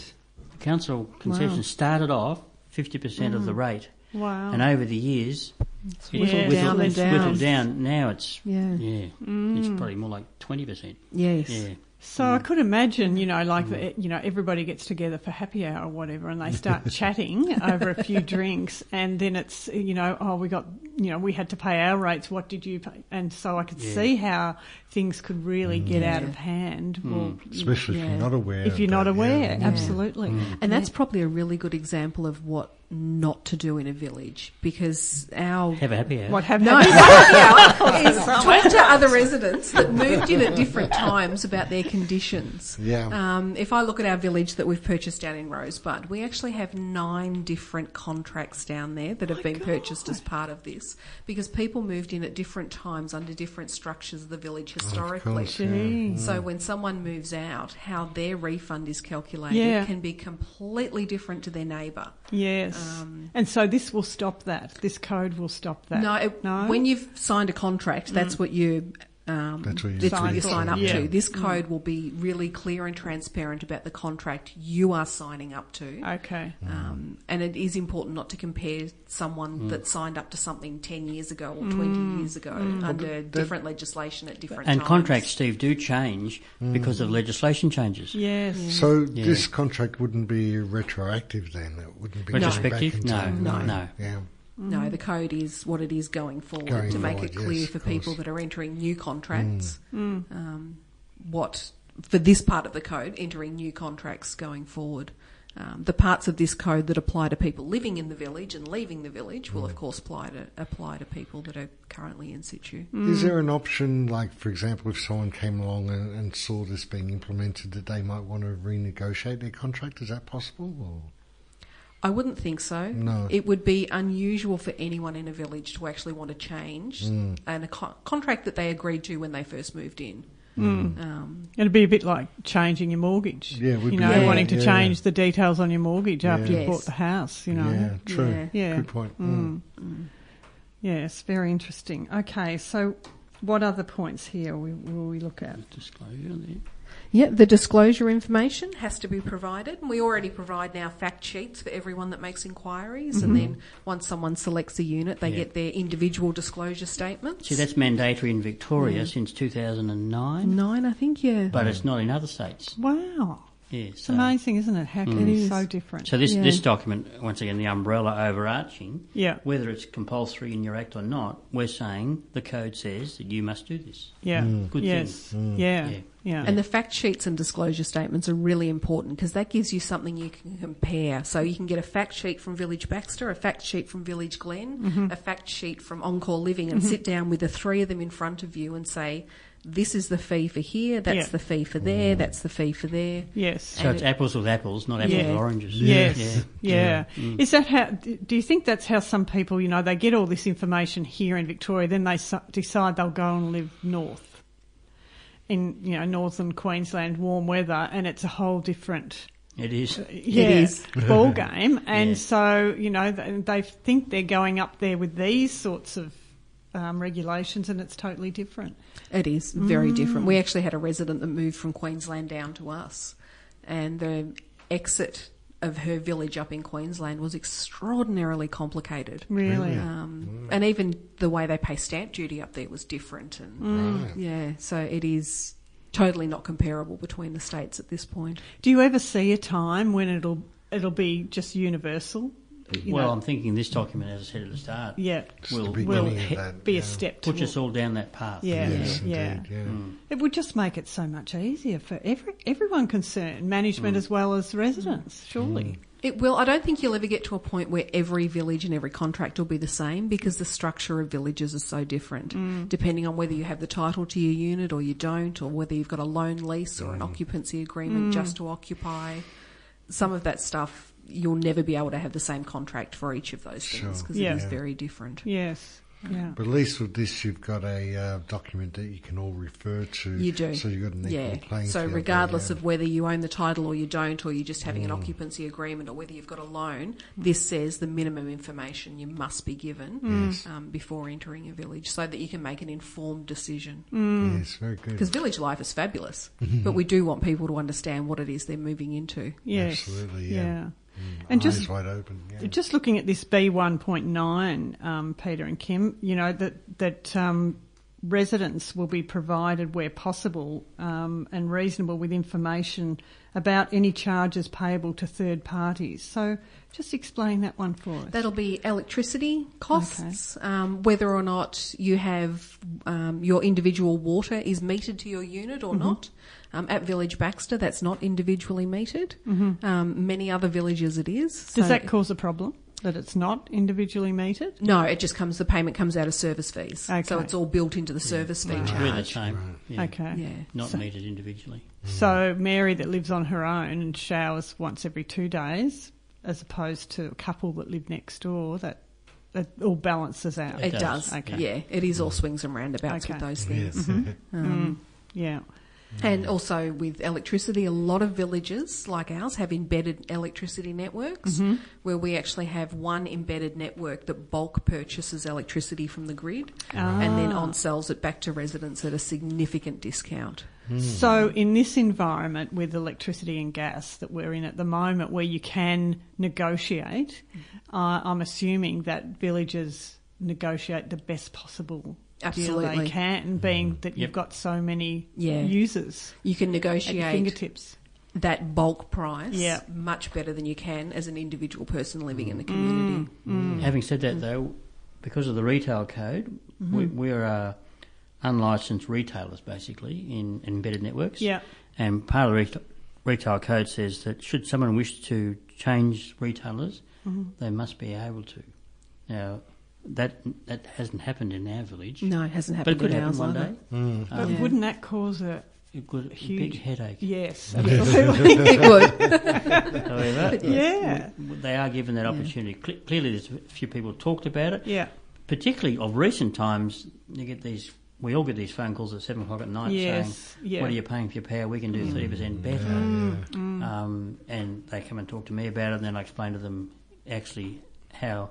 C: Council concession started off fifty percent
A: Mm.
C: of the rate,
A: Wow.
C: and over the years, it's
A: whittled
C: whittled-
A: Oh. down and
C: it's
D: down.
C: whittled down. Now it's
D: Yeah.
C: yeah, it's probably more like twenty percent.
D: Yes.
C: Yeah,
A: Mm. So I could imagine, you know, like eh, you know, everybody gets together for happy hour or whatever, and they start chatting over a few drinks, and then it's eh, you know, oh, we got, you know, we had to pay our rates. What did you pay? And so I could
C: Yeah.
A: see how things could really get out of hand. Well,
B: Especially if
D: Yeah. Mm.
B: you're not aware.
A: if you're not
B: of that,
A: aware,
B: yeah.
A: absolutely.
D: And that's probably a really good example of what not to do in a village because our
C: have a happy hour.
A: What have
D: no,
A: happened? [laughs]
D: [laughs] is talk to other residents that moved in at different times about their conditions.
B: Yeah.
D: Um, if I look at our village that we've purchased down in Rosebud, we actually have nine different contracts down there that have been purchased as part of this because people moved in at different times under different structures of the village historically.
B: course, yeah. Gee.
D: So when someone moves out, how their refund is calculated
A: Yeah.
D: can be completely different to their neighbour.
A: [laughs] Yes. and so this will stop that. This code will stop that.
D: Um, No, it,
A: no.
D: when you've signed a contract, that's what you. Um,
B: That's what you
D: that's what
A: sign
D: you
A: for,
D: sign up
A: yeah. Mm.
D: to. This code will be really clear and transparent about the contract you are signing up to.
A: okay.
D: Um, and it is important not to compare someone that signed up to something 10 years ago or 20
A: Mm.
D: years ago under different legislation at different
C: And
D: times.
C: contracts, Steve, do change because of legislation changes.
A: Yes.
B: So this contract wouldn't be retroactive then. It wouldn't be going back in
C: Retrospective? No,
B: time.
C: no, no.
B: Yeah.
D: No, the code is what it is going forward
B: Going
D: to make
B: forward,
D: it clear
B: yes,
D: for
B: of course. Mm.
D: people that are entering new contracts. Um, what for this part of the code, entering new contracts going forward. Um, the parts of this code that apply to people living in the village and leaving the village
B: Mm.
D: will, of course, apply to apply to people that are currently in situ.
A: Mm.
B: Is there an option, like for example, if someone came along and, and saw this being implemented, that they might want to renegotiate their contract? Is that possible? Or?
D: I wouldn't think so.
B: No.
D: It would be unusual for anyone in a village to actually want to change
B: Mm.
D: and a co- contract that they agreed to when they first moved in. Um,
A: It'd be a bit like changing your mortgage.
B: Yeah, it would
A: you
B: be
A: know,
D: like
A: wanting
B: that,
A: to
B: yeah.
A: change the details on your mortgage after
B: Yeah.
A: you bought
D: Yes.
A: the house. You know.
B: yeah, true.
D: Yeah.
A: Yeah.
B: Good point. Mm.
A: Yes. Very interesting. Okay. So, what other points here we, will we look at?
C: Disclosure there.
D: Yeah, the disclosure information has to be provided. And we already provide now fact sheets for everyone that makes inquiries. And then once someone selects a unit, they
C: Mm-hmm. Yeah.
D: get their individual disclosure statements.
C: See, that's mandatory in Victoria
A: Mm.
C: since 2009,
D: Nine, I think, yeah.
C: but it's not in other states.
A: Wow.
C: Yeah,
A: It's
C: so-
A: amazing, isn't it? How can
D: It
A: it be
D: is.
A: so different?
C: So this
D: Yeah.
C: this document, once again, the umbrella overarching,
A: Yeah.
C: whether it's compulsory in your act or not, we're saying the code says that you must do this.
A: yeah.
B: Mm.
C: Good
A: yes. Yeah.
C: Yeah.
A: Yeah.
D: Mm. And the fact sheets and disclosure statements are really important because that gives you something you can compare. So you can get a fact sheet from Village Baxter, a fact sheet from Village Glen,
C: Mm-hmm.
D: a fact sheet from Encore Living, and sit down with the three of them in front of you and say, this is the fee for here, that's
A: Yeah.
D: the fee for
C: Mm.
D: there, that's the fee for there.
A: yes.
C: So it's apples with apples, not apples
A: Yeah.
C: with oranges.
A: Yes. Yeah. Is that how? d- Do you think that's how some people, you know, they get all this information here in Victoria, then they s- decide they'll go and live north, in you know northern Queensland, warm weather, and it's a whole different
C: Yeah. It is.
A: yeah, [laughs]
D: is.
A: ball game. And
C: Yeah.
A: so you know they, they think they're going up there with these sorts of um, regulations, and it's totally different.
D: It is very different. We actually had a resident that moved from Queensland down to us, and the exit of her village up in Queensland was extraordinarily complicated.
A: Really.
D: Um, And even the way they pay stamp duty up there was different. And
B: Mm. Right.
D: yeah, so it is totally not comparable between the states at this point.
A: Do you ever see a time when it'll it'll be just universal? You
C: well,
A: know,
C: I'm thinking this document, as I said at the start,
A: yeah.
B: Just
C: will
B: the beginning
A: will
B: of
A: he-
B: that,
A: be
B: yeah.
A: a step
C: put
A: towards-
C: us all down that path.
A: Yeah,
B: Yes,
A: yeah. Mm.
B: indeed. Yeah.
A: It would just make it so much easier for every everyone concerned,
B: Mm.
A: management as well as residents, surely.
D: It will. I don't think you'll ever get to a point where every village and every contract will be the same because the structure of villages is so different, depending on whether you have the title to your unit or you don't, or whether you've got a loan lease or an occupancy agreement just to occupy. Some of that stuff you'll never be able to have the same contract for each of those things
B: Sure.
D: because
A: Yeah.
D: it is
A: Yeah.
D: very different.
A: Yes. Yeah.
B: But at least with this, you've got a uh, document that you can all refer to.
D: You do.
B: So you've got an equal
D: Yeah.
B: playing
D: So
B: field there,
D: regardless
B: yeah. Mm.
D: of whether you own the title or you don't, or you're just having an occupancy agreement, or whether you've got a loan, this says the minimum information you must be given um, before entering a village, so that you can make an informed decision.
B: Mm. Yes, very good.
D: Because village life is fabulous,
B: Mm-hmm.
D: but we do want people to understand what it is they're moving into.
A: Yes.
B: Absolutely, yeah.
A: And
B: Mm. Eyes
A: just
B: wide open. Yeah.
A: just looking at this B one point nine, um, Peter and Kim, you know that that um, residents will be provided where possible um, and reasonable with information about any charges payable to third parties. So just explain that one for us.
D: That'll be electricity costs, um, whether or not you have um, your individual water is metered to your unit
A: Mm-hmm.
D: or not. Um, at Village Baxter, that's not individually metered. Um, many other villages, it is.
A: Mm-hmm. Does
D: So
A: that cause a problem? that it's not individually metered?
D: No, it just comes. The payment comes out of service fees, so
A: Okay.
D: it's all built into the service fee
A: Right.
C: We're the
D: charge.
C: same. Yeah.
A: Okay.
D: Yeah.
C: Not metered individually.
A: So Mary that lives on her own and showers once every two days, as opposed to a couple that live next door, that that all balances out.
D: It
C: It does,
D: does.
A: okay.
D: Yeah, it is all swings and roundabouts
A: Okay.
D: with those
B: Yes.
D: things.
B: [laughs]
A: Mm,
D: Um,
A: yeah.
D: And also with electricity, a lot of villages like ours have embedded electricity networks
A: Mm-hmm.
D: where we actually have one embedded network that bulk purchases electricity from the grid
A: Ah.
D: and then on sells it back to residents at a significant discount.
A: So in this environment with electricity and gas that we're in at the moment, where you can negotiate,
D: Mm-hmm.
A: uh, I'm assuming that villagers negotiate the best possible deal
D: Absolutely.
A: they can, being that you've
C: Yep.
A: got so many
D: Yeah.
A: users
D: You can
A: at your
D: negotiate
A: fingertips.
D: that bulk price
A: Yeah. Mm.
D: much better than you can as an individual person living in the community.
C: Having said that, though, because of the retail code, we,
D: Mm-hmm.
C: we're uh, unlicensed retailers basically in embedded networks.
A: Yeah.
C: And part of the retail, retail code says that should someone wish to change retailers,
D: Mm-hmm.
C: they must be able to. Now, that that hasn't happened in our village,
D: No, it hasn't
C: but it
D: happened
C: could
D: in
C: happen
D: ours
C: one
D: either.
C: day. Um,
A: But
D: Yeah.
A: wouldn't that cause a
C: It could a
A: Huge.
C: big headache. [laughs]
A: yes?
B: [laughs]
D: it [laughs] would. [laughs]
C: However,
A: [laughs] yeah.
C: they are given that opportunity. Cle clearly, there's a few people talked about it.
A: Yeah.
C: particularly of recent times, you get these. We all get these phone calls at seven o'clock at night
A: Yes,
C: saying,
A: yeah. Mm.
C: "What are you paying for your power? We can do thirty percent better." Um, and they come and talk to me about it, and then I explain to them actually how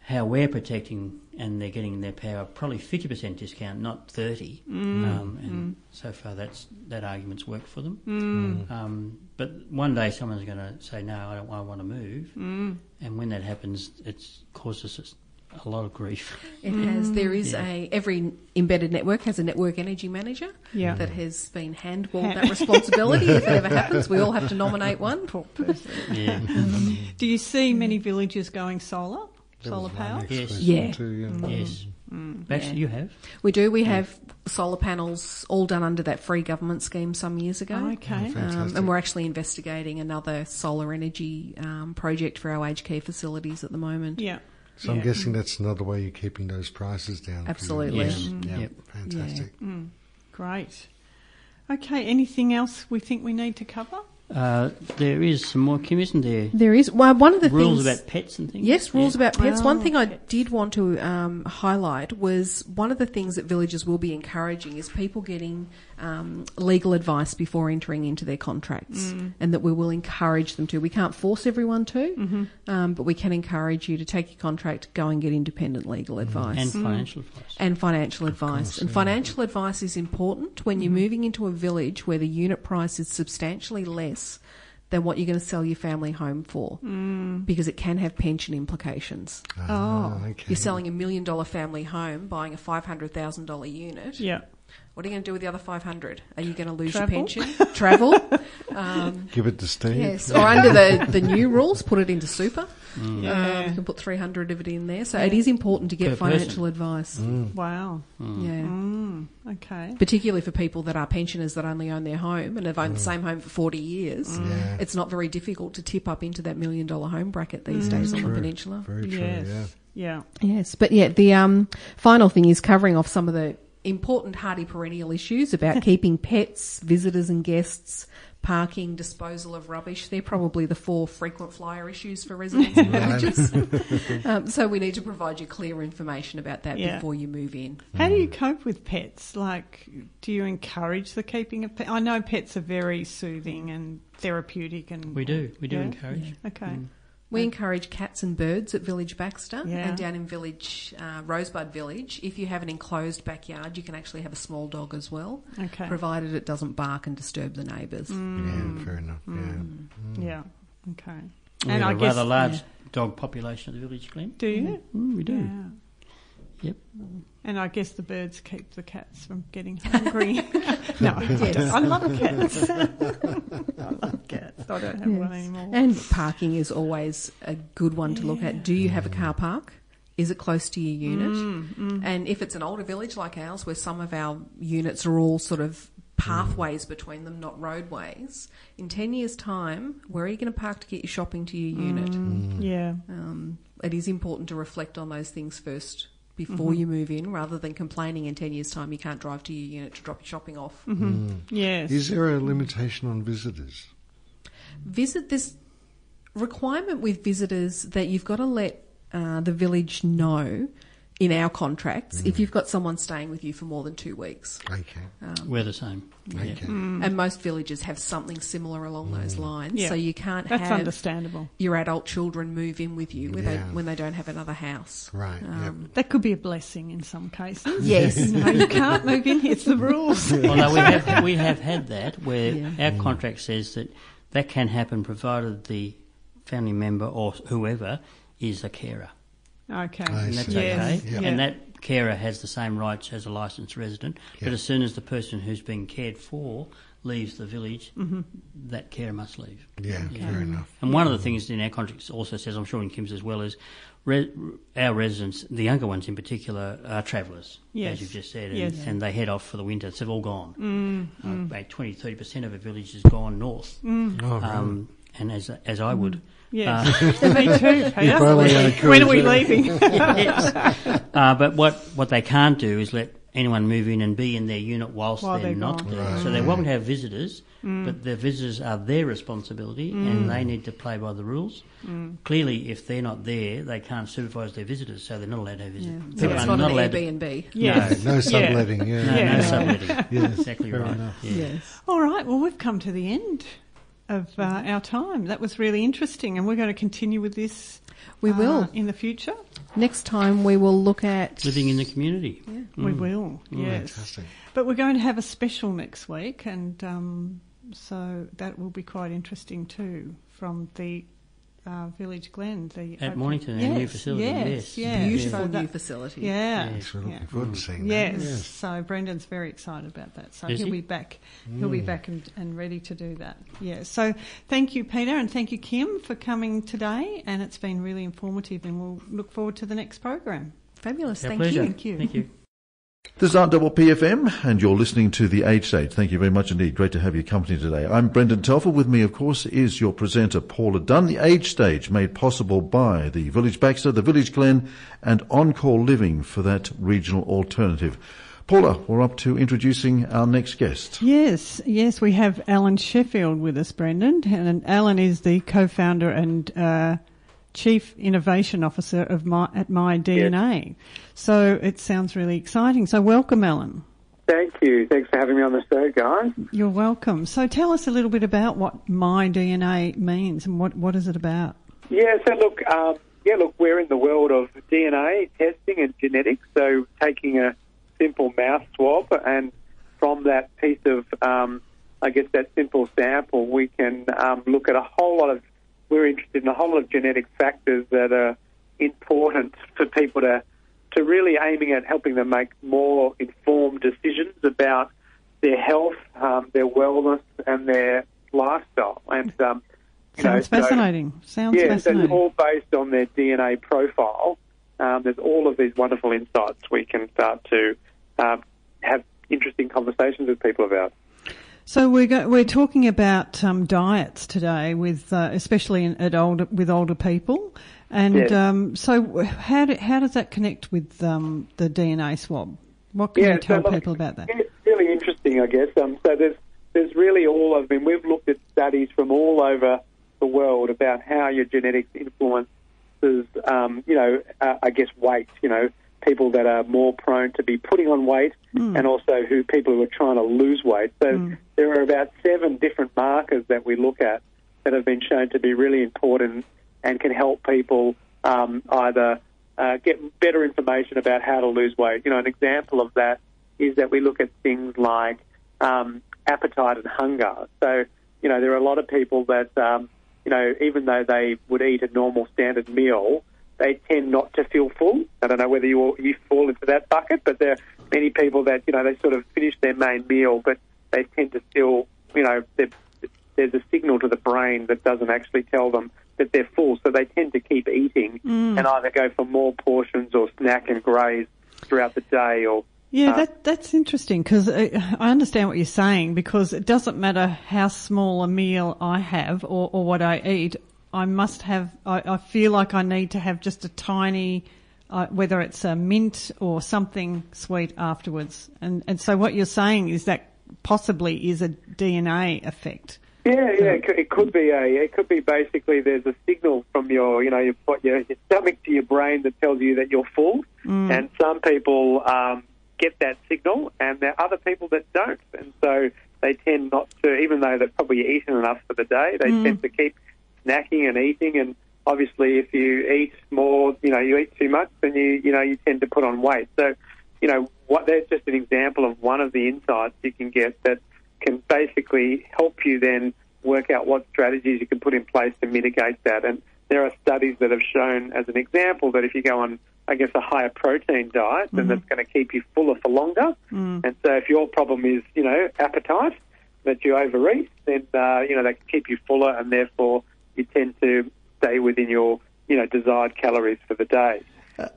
C: how we're protecting, and they're getting their power probably fifty percent discount, not thirty.
A: Mm.
C: Um, and so far, that's that argument's worked for them. Um, but one day someone's going to say, "No, I don't. I want to move." And when that happens, it causes us a lot of grief.
D: It has. There is
A: Mm.
C: Yeah.
D: a every embedded network has a network energy manager
A: Yeah.
D: that has been handballed
A: Hand-
D: that responsibility. if it ever happens, we all have to nominate
A: [laughs]
D: one.
A: Poor
D: [laughs]
A: person.
C: Yeah,
A: Mm. Do you see many villages going solar?
B: That
A: solar
B: was my
A: power?
B: next
C: Yes.
B: question
D: Yeah.
B: too, yeah.
C: [laughs] yes. Actually, you have.
D: We do. We have solar panels all done under that free government scheme some years ago.
A: Okay.
D: Um,
B: Fantastic.
D: and we're actually investigating another solar energy um, project for our aged care facilities at the moment.
A: Yeah.
B: So I'm
A: Yeah.
B: guessing that's another way you're keeping those prices down. for you.
D: Absolutely.
C: Yes.
B: Yeah.
C: Yep.
B: Fantastic.
A: Great. Okay, anything else we think we need to cover?
C: Uh, there is some more, Kim, isn't there?
D: There is well, one of the
C: rules
D: things
C: about pets and things.
D: Yes, rules about pets.
A: Oh,
D: one thing I did want to um, highlight was one of the things that villages will be encouraging is people getting um, legal advice before entering into their contracts, and that we will encourage them to. We can't force everyone to, um, but we can encourage you to take your contract, go and get independent legal advice
C: and financial advice.
D: and financial advice. and financial advice is important when you're moving into a village where the unit price is substantially less than what you're going to sell your family home for
A: Mm.
D: because it can have pension implications.
B: Ah, okay.
D: You're selling a million dollar family home, buying a $500,000 unit.
A: Yeah.
D: What are you going to do with the other 500? Are you going to lose
A: Travel?
D: your pension?
A: [laughs]
D: Travel? um,
B: Give it to Steve.
D: yes. Or under the, the new rules, put it into super.
C: Mm.
A: Yeah.
D: Um, you can put 300 of it in there. So it is important to get
C: Per person.
D: financial advice.
A: Mm. Wow.
D: Yeah.
A: Mm, okay.
D: particularly for people that are pensioners that only own their home and have owned the same home for 40 years,
B: Mm. Yeah.
D: it's not very difficult to tip up into that million dollar home bracket these days on
B: True.
D: the peninsula.
B: Very true.
A: yes.
B: Yeah.
A: yeah.
D: Mm. Yes, but yeah, the um, final thing is covering off some of the important hardy perennial issues [laughs] about keeping pets, visitors and guests, parking, disposal of rubbish. They're probably the four frequent flyer issues for
B: [laughs]
D: residents and villages. um, so we need to provide you clear information about that
A: Yeah.
D: before you move in.
A: How do you cope with pets? Like, do you encourage the keeping of pets? I know pets are very soothing and therapeutic, and
C: We do. Mm. We do
A: Yeah.
C: encourage.
A: Okay.
D: We encourage cats and birds at Village Baxter
A: Yeah.
D: and down in Village uh, Rosebud Village. If you have an enclosed backyard, you can actually have a small dog as well,
A: Okay.
D: provided it doesn't bark and disturb the neighbours.
A: Mm,
B: Yeah. Fair enough.
A: Yeah. Okay.
C: We
A: and
C: have
A: I
C: a
A: guess
C: rather large dog population at the village, Glen.
A: do you?
C: Mm, we do.
A: Yeah.
C: Yep.
A: And I guess the birds keep the cats from getting hungry. no, I don't. I love cats. [laughs] I love cats. I don't have one
D: Yes.
A: anymore.
D: And parking is always a good one to look at. Do you have a car park? Is it close to
A: Mm,
D: your unit? And if it's an older village like ours, where some of our units are all sort of pathways
A: Mm.
D: between them, not roadways. In 10 years' time, where are you going to park to get your shopping to your unit?
A: Mm. Yeah.
D: Um, it is important to reflect on those things first before you move in rather than complaining in 10 years' time you can't drive to your unit to drop your shopping off.
A: Yes.
B: Is there a limitation on visitors?
D: visit this requirement with visitors that you've got to let uh, the village know in our contracts if you've got someone staying with you for more than two weeks.
B: Okay.
A: Oh,
C: We're the same.
B: Okay.
C: Yeah.
A: Mm.
D: And most villages have something similar along those lines.
A: Yeah.
D: So you can't
A: That's
D: have
A: understandable.
D: your adult children move in with you when,
B: Yeah.
D: they, when they don't have another house. Um,
B: Right.
A: Oh. That could be a blessing in some cases. [laughs]
D: Yes.
A: No, you can't move in. It's the
B: [laughs]
A: rules.
C: Although
A: [laughs]
C: we have we have had that where
D: Yeah.
C: our contract says that that can happen provided the family member or whoever is a carer,
A: Okay.
B: I
C: and that's
B: see.
A: Yes,
C: okay.
A: yeah.
C: And that carer has the same rights as a licensed resident.
B: Yeah.
C: But as soon as the person who's being cared for leaves the village,
A: Mm-hmm.
C: that carer must leave.
B: Yeah. Yeah. Fair enough.
C: And one of the things in our contracts also says, I'm sure in Kim's as well, is re- our residents, the younger ones in particular, are travellers,
A: Yes.
C: as you've just said, and,
A: Yes.
C: and they head off for the winter. So they've all gone. Mm, About 20, 30% of a village has gone north.
A: Mm.
B: Oh,
A: Uh,
B: right.
C: Um, and as, as I would.
A: [laughs] Yes. Me too, Peter.
B: probably
A: [laughs]
B: eh?
A: When are we
B: encourage that. [laughs]
A: leaving?
C: Uh, but what, what they can't do is let anyone move in and be in their unit whilst
A: While
C: they're
A: they're
C: not
A: gone. Mm.
C: there.
B: Right.
C: So they're welcome to have visitors, but the visitors are their responsibility and they need to play by the rules.
A: Mm.
C: Clearly, if they're not there, they can't supervise their visitors, so they're not allowed to have visitors.
D: So
C: They
D: it's
C: are
D: not an
C: allowed to-
D: Airbnb.
A: yes.
B: No
A: Yeah.
B: subletting. Yeah.
C: No,
A: Yeah.
C: no subletting. exactly
B: Fair
C: right.
B: enough.
C: Yeah.
A: All right. Well, we've come to the end of uh, our time. That was really interesting, and we're going to continue with this.
D: We
A: uh,
D: will.
A: in the future.
D: Next time we will look at
C: Living in the community.
A: We will. Yes.
B: Mm. Fantastic.
A: But we're going to have a special next week, and um, so that will be quite interesting too from the uh, Village Glen. The
C: At
A: open-
C: Mornington,
A: yes,
C: our new facility, yes.
A: yes.
D: beautiful
A: So
D: new
A: that-
D: facility.
A: Yeah.
C: Yes.
B: Yes, we're looking
A: Yeah.
B: forward to seeing that.
A: Yes. So Brendan's very excited about that. So
C: Is
A: he'll
C: he?
A: be back. He'll
B: Mm.
A: be back and, and ready to do that. Yeah. So thank you, Peter, and thank you, Kim, for coming today. And it's been really informative, and we'll look forward to the next program.
D: Fabulous.
C: Our
D: Thank
C: pleasure.
D: you.
A: Thank you.
C: Thank you.
E: This is Art Double PFM, and you're listening to The Age Stage. Thank you very much indeed. Great to have your company today. I'm Brendan Telfer. With me, of course, is your presenter, Paula Dunn. The Age Stage made possible by the Village Baxter, the Village Glen, and On-Call Living for that regional alternative. Paula, we're up to introducing our next guest.
A: Yes, yes, we have Alan Sheffield with us, Brendan, and Alan is the co-founder and uh, chief innovation officer of my at My DNA. So it sounds really exciting. So welcome, Alan.
F: Thank you. Thanks for having me on the show, guys.
A: You're welcome. So tell us a little bit about what My DNA means and what what is it about?
F: Yeah, so look, um, yeah, look, we're in the world of DNA testing and genetics. So taking a simple mouth swab, and from that piece of, um, I guess, that simple sample, we can um, look at a whole lot of. We're interested in a whole lot of genetic factors that are important for people to to really aiming at helping them make more informed decisions about their health, um, their wellness, and their lifestyle. And um, you know,
A: Sounds
F: so-
A: fascinating. Sounds
F: yeah, so
A: fascinating.
F: it's all based on their DNA profile. Um, there's all of these wonderful insights we can start to um, have interesting conversations with people about.
A: So we're go- we're talking about um, diets today, with uh, especially in, at older with older people, and
F: Yes.
A: um, so w- how do, how does that connect with um, the DNA swab? What can you
F: so
A: tell
F: look,
A: people about that?
F: It's really interesting, I guess. Um, so there's there's really all of them. We've looked at studies from all over the world about how your genetics influences, um, you know, uh, I guess weight. You know, people that are more prone to be putting on weight,
A: Hmm.
F: and also who people who are trying to lose weight. So there are about seven different markers that we look at that have been shown to be really important and can help people um, either uh, get better information about how to lose weight. You know, an example of that is that we look at things like um, appetite and hunger. So, you know, there are a lot of people that, um, you know, even though they would eat a normal standard meal, they tend not to feel full. I don't know whether you all, you fall into that bucket, but there are many people that you know they sort of finish their main meal, but they tend to still, you know, they're- there's a signal to the brain that doesn't actually tell them that they're full, so they tend to keep
A: Mm.
F: eating and either go for more portions or uh, snack and graze throughout the day, or
A: Yeah, that that's interesting because I understand what you're saying because it doesn't matter how small a meal I have or, or what I eat, I must have. I, I feel like I need to have just a tiny, uh, whether it's a mint or something sweet afterwards. And and so what you're saying is that possibly is a DNA effect.
F: Yeah, yeah, it could, it could be a, it could be basically there's a signal from your, you know, your your, your stomach to your brain that tells you that you're full,
A: Mm.
F: and some people um, get that signal, and there are other people that don't, and so they tend not to, even though they've probably eaten enough for the day, they
A: Mm.
F: tend to keep snacking and eating, and obviously if you eat more, you know, you eat too much, then you, you know, you tend to put on weight. So, you know, what that's just an example of one of the insights you can get that can basically help you then work out what strategies you can put in place to mitigate that. And there are studies that have shown, as an example, that if you go on, I guess, a higher protein diet, then that's going to keep you fuller for longer. And so if your problem is, you know, appetite, that you overeat, then, uh, you know, that can keep you fuller and therefore you tend to stay within your, you know, desired calories for the day.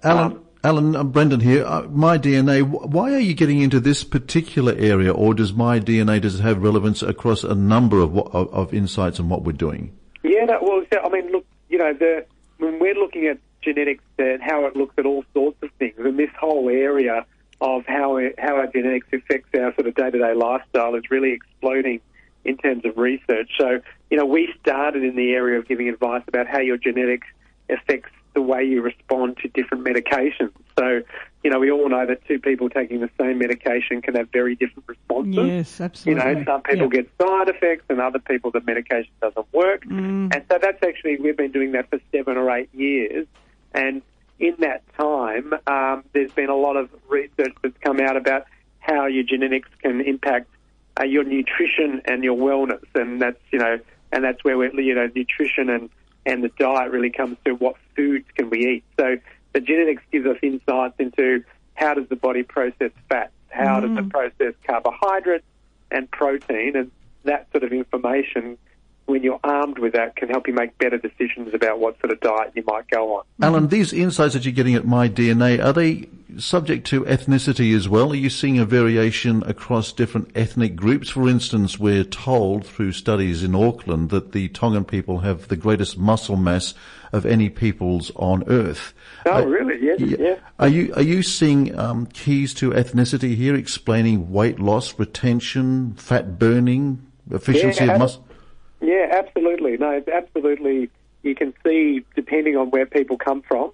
E: Alan, Alan, uh, Brendan here. Uh, my DNA. wh- Why are you getting into this particular area, or does my DNA does it have relevance across a number of wha- of, of insights and what we're doing?
F: Yeah, no, well, so, I mean, look, you know, the, when we're looking at genetics and how it looks at all sorts of things, and this whole area of how it, how our genetics affects our sort of day to day lifestyle is really exploding in terms of research. So, you know, we started in the area of giving advice about how your genetics affects the way you respond to different medications. So, you know, we all know that two people taking the same medication can have very different responses.
A: Yes,
F: You
A: absolutely.
F: know, some people
A: Yeah.
F: get side effects, and other people the medication doesn't work. And so that's actually we've been doing that for seven or eight years, and in that time, um, there's been a lot of research that's come out about how your genetics can impact uh, your nutrition and your wellness, and that's you know, and that's where we're, you know nutrition and and the diet really comes to what foods can we eat. So the genetics gives us insights into how does the body process fats, how does it process carbohydrates, and protein, and that sort of information, when you're armed with that, can help you make better decisions about what sort of diet you might go on.
E: Mm-hmm. Alan, these insights that you're getting at my DNA are they subject to ethnicity as well? Are you seeing a variation across different ethnic groups? For instance, we're told through studies in Auckland that the Tongan people have the greatest muscle mass of any peoples on Earth.
F: Oh,
E: Uh,
F: really? Yes,
E: Yeah.
F: yeah.
E: Are you are you seeing um, keys to ethnicity here, explaining weight loss, retention, fat burning, efficiency
F: Yeah,
E: of muscle?
F: Yeah, absolutely. No, it's absolutely. You can see, depending on where people come from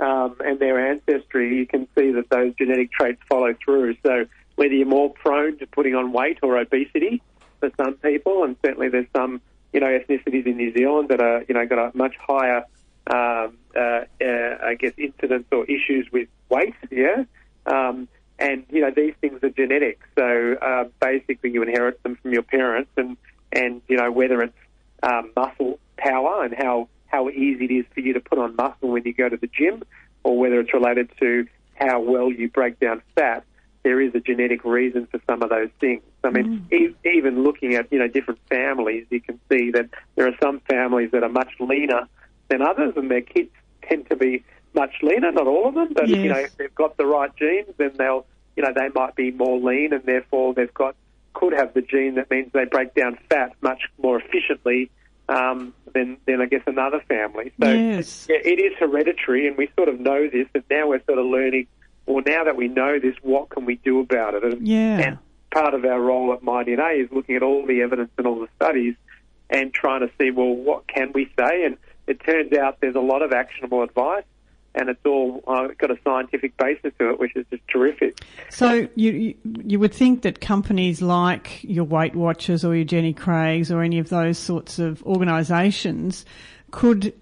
F: um, and their ancestry, you can see that those genetic traits follow through. So whether you're more prone to putting on weight or obesity for some people, and certainly there's some, you know, ethnicities in New Zealand that are, you know, got a much higher, um, uh, uh, I guess, incidence or issues with weight. Yeah. Um, and you know these things are genetic, so uh, basically you inherit them from your parents, and and you know whether it's um, muscle power and how how easy it is for you to put on muscle when you go to the gym, or whether it's related to how well you break down fat. There is a genetic reason for some of those things. I mean,
A: Mm.
F: e- even looking at you know different families, you can see that there are some families that are much leaner than others, and their kids tend to be much leaner. Not all of them, but you
A: Yes.
F: know they've got the right genes, then they'll, you know, they might be more lean and therefore they've got, could have the gene that means they break down fat much more efficiently um, than, than I guess another family. So
A: Yes.
F: yeah, it is hereditary and we sort of know this, but now we're sort of learning, well, now that we know this, what can we do about it? And,
A: Yeah.
F: and part of our role at MyDNA is looking at all the evidence and all the studies and trying to see, well, what can we say? And it turns out there's a lot of actionable advice and it's all uh, got a scientific basis to it, which is just terrific.
A: So you you- you would think that companies like your Weight Watchers or your Jenny Craig's or any of those sorts of organisations could,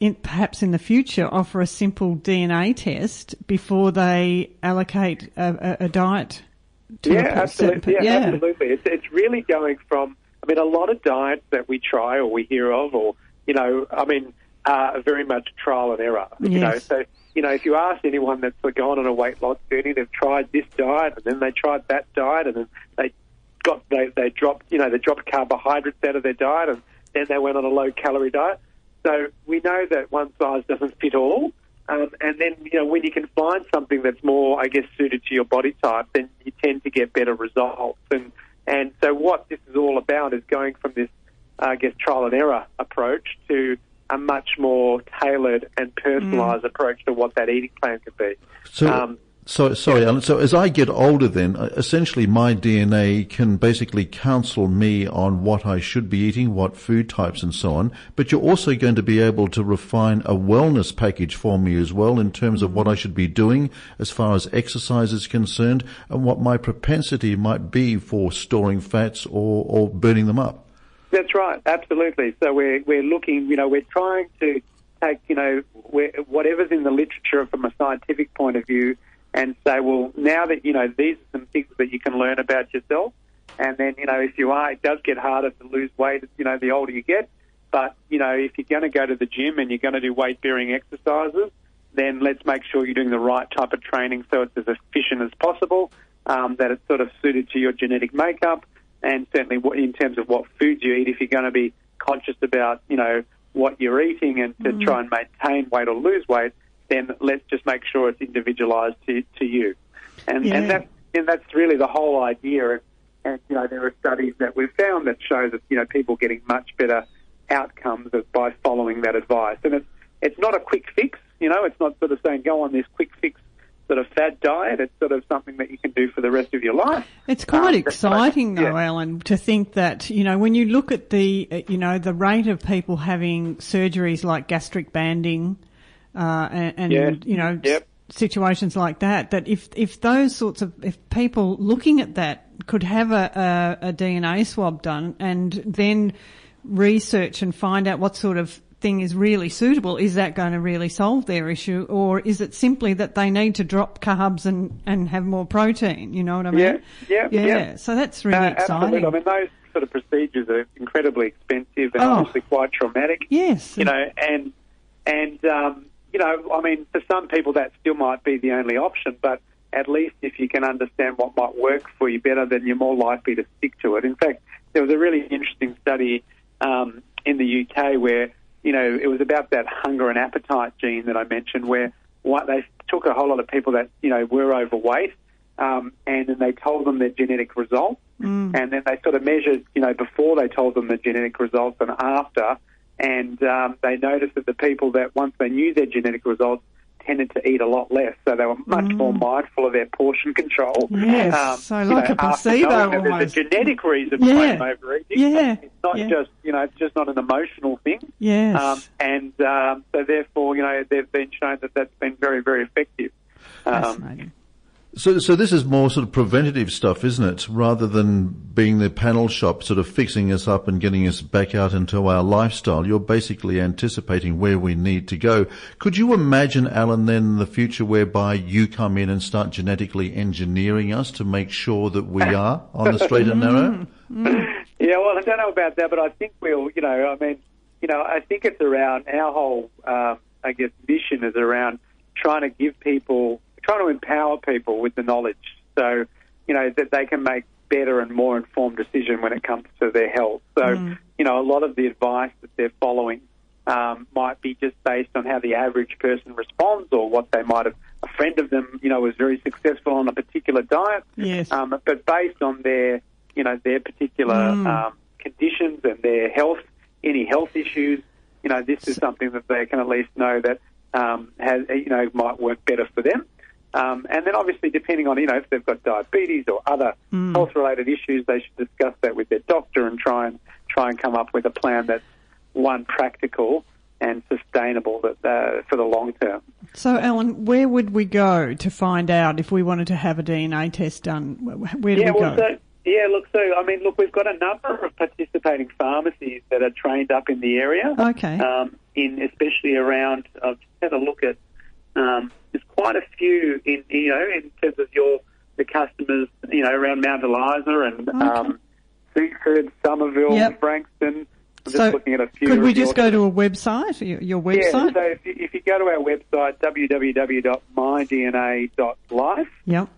A: in, perhaps in the future, offer a simple DNA test before they allocate a, a, a diet. To a
F: Yeah,
A: per- certain
F: absolutely.
A: per-
F: Yeah, absolutely. It's, it's really going from, I mean, a lot of diets that we try or we hear of or, you know, I mean, are very much trial and error, you know.
A: Yes.
F: So, you know, if you ask anyone that's gone on a weight loss journey, they've tried this diet and then they tried that diet and then they got, they, they dropped, you know, they dropped carbohydrates out of their diet and then they went on a low calorie diet. So we know that one size doesn't fit all. Um, and then, you know, when you can find something that's more, I guess, suited to your body type, then you tend to get better results. And, and so what this is all about is going from this, I guess, trial and error approach to a much more tailored and personalised approach to what that eating plan could be. Um,
E: So, so sorry, Alan. So as I get older, then uh, essentially my DNA can basically counsel me on what I should be eating, what food types, and so on. But you're also going to be able to refine a wellness package for me as well in terms of what I should be doing as far as exercise is concerned, and what my propensity might be for storing fats or, or burning them up.
F: That's right, absolutely. So we're we're looking, you know, we're trying to take, you know, we whatever's in the literature from a scientific point of view, and say, well, now that you know these are some things that you can learn about yourself, and then you know if you are, it does get harder to lose weight, you know, the older you get. But you know, if you're going to go to the gym and you're going to do weight bearing exercises, then let's make sure you're doing the right type of training so it's as efficient as possible, um, that it's sort of suited to your genetic makeup, and certainly what, in terms of what foods you eat, if you're going to be conscious about, you know, what you're eating and to try and maintain weight or lose weight, then let's just make sure it's individualised to, to you. And,
A: Yeah.
F: and, that, and that's really the whole idea. And, and, you know, there are studies that we've found that show that, you know, people getting much better outcomes of, by following that advice. And it's, it's not a quick fix, you know, it's not sort of saying go on this quick fix sort of fad diet. It's sort of something that you can do for the rest of your life.
A: It's quite
F: Um,
A: exciting, though,
F: yeah.
A: Alan, to think that you know when you look at the uh, you know the rate of people having surgeries like gastric banding, uh, and, and
F: Yeah.
A: you know s-
F: Yep.
A: situations like that. That if if those sorts of if people looking at that could have a, a, a DNA swab done and then research and find out what sort of thing is really suitable, is that going to really solve their issue, or is it simply that they need to drop carbs and and have more protein? You know what I mean?
F: Yeah, yeah,
A: yeah.
F: yeah.
A: So that's really
F: Uh,
A: exciting.
F: absolutely. I mean, those sort of procedures are incredibly expensive and
A: Oh.
F: obviously quite traumatic.
A: yes.
F: you know, and and um, you know, I mean, for some people that still might be the only option, but at least if you can understand what might work for you better, then you're more likely to stick to it. In fact, there was a really interesting study um, in the UK where you know it was about that hunger and appetite gene that I mentioned, where what they took a whole lot of people that you know were overweight. Um, and then they told them their genetic results, and then they sort of measured, you know, before they told them the genetic results and after, and um, they noticed that the people that once they knew their genetic results tended to eat a lot less, so they were much more mindful of their portion control.
A: Mm.
F: Um,
A: Yes, so
F: you
A: like a
F: after
A: placebo
F: knowing that
A: almost.
F: There's a genetic reason
A: Yeah.
F: for home overeating.
A: Yeah,
F: It's not
A: yeah.
F: just you know, it's just not an emotional thing.
A: Yes.
F: Um, and um, so therefore, you know, they've been shown that that's been very, very effective. Um,
A: Fascinating.
E: So, so this is more sort of preventative stuff, isn't it? Rather than being the panel shop, sort of fixing us up and getting us back out into our lifestyle, you're basically anticipating where we need to go. Could you imagine, Alan, then the future whereby you come in and start genetically engineering us to make sure that
F: [laughs]
E: we are on the straight and narrow?
F: Yeah, well, I don't know about that, but I think we'll, you know, I mean, you know, I think it's around our whole, um, I guess, mission is around trying to give people, trying to empower people with the knowledge, so you know that they can make better and more informed decision when it comes to their health. So, you know, a lot of the advice that they're following um, might be just based on how the average person responds or what they might have. A friend of them, you know, was very successful on a particular diet.
A: Yes.
F: Um, but based on their, you know, their particular um, conditions and their health, any health issues, you know, this is something that they can at least know that um, has, you know, might work better for them. Um, and then obviously, depending on, you know, if they've got diabetes or other health-related issues, they should discuss that with their doctor and try and try and come up with a plan that's one practical and sustainable that uh, for the long term.
A: So, Alan, where would we go to find out if we wanted to have a DNA test done? Wh- Where do
F: yeah,
A: we
F: well,
A: go?
F: so yeah, look, so I mean, look, we've got a number of participating pharmacies that are trained up in the area.
A: Okay.
F: Um, in especially around, I've just had a look at. Um, there's quite a few in you know in terms of your the customers you know around Mount Eliza and um, Seaford, Somerville,
A: Yep.
F: Frankston. I'm just
A: so
F: looking at a few.
A: could we
F: of
A: just go
F: your-
A: to a website, your, your
F: yeah,
A: website?
F: so if you, if you go to our website, www.mydna.life,
A: yep.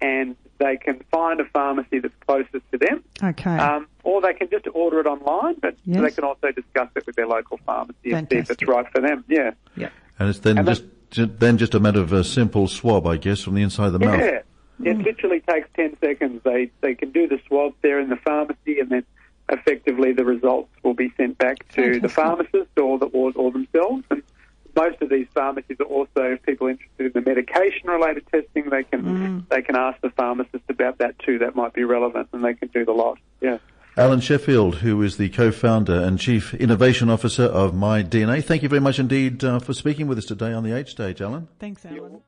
F: and they can find a pharmacy that's closest to them.
A: Okay.
F: Um, or they can just order it online, but
A: Yes.
F: they can also discuss it with their local pharmacy and see if
A: Fantastic.
F: it's right for them. Yeah.
A: yep.
E: And it's then
F: And
E: just
F: that-
E: then just a matter of a simple swab, I guess, from the inside of the mouth.
F: Yeah. It
A: Mm.
F: literally takes 10 seconds. They, they can do the swab there in the pharmacy, and then effectively the results will be sent back to the pharmacist or, the, or, or themselves. And most of these pharmacies are also, if people are interested in the medication related testing, they can,
A: Mm.
F: they can ask the pharmacist about that too. That might be relevant, and they can do the lot. Yeah.
E: Alan Sheffield, who is the co-founder and chief innovation officer of My DNA. Thank you very much indeed uh, for speaking with us today on the H stage, Alan.
A: Thanks, Alan.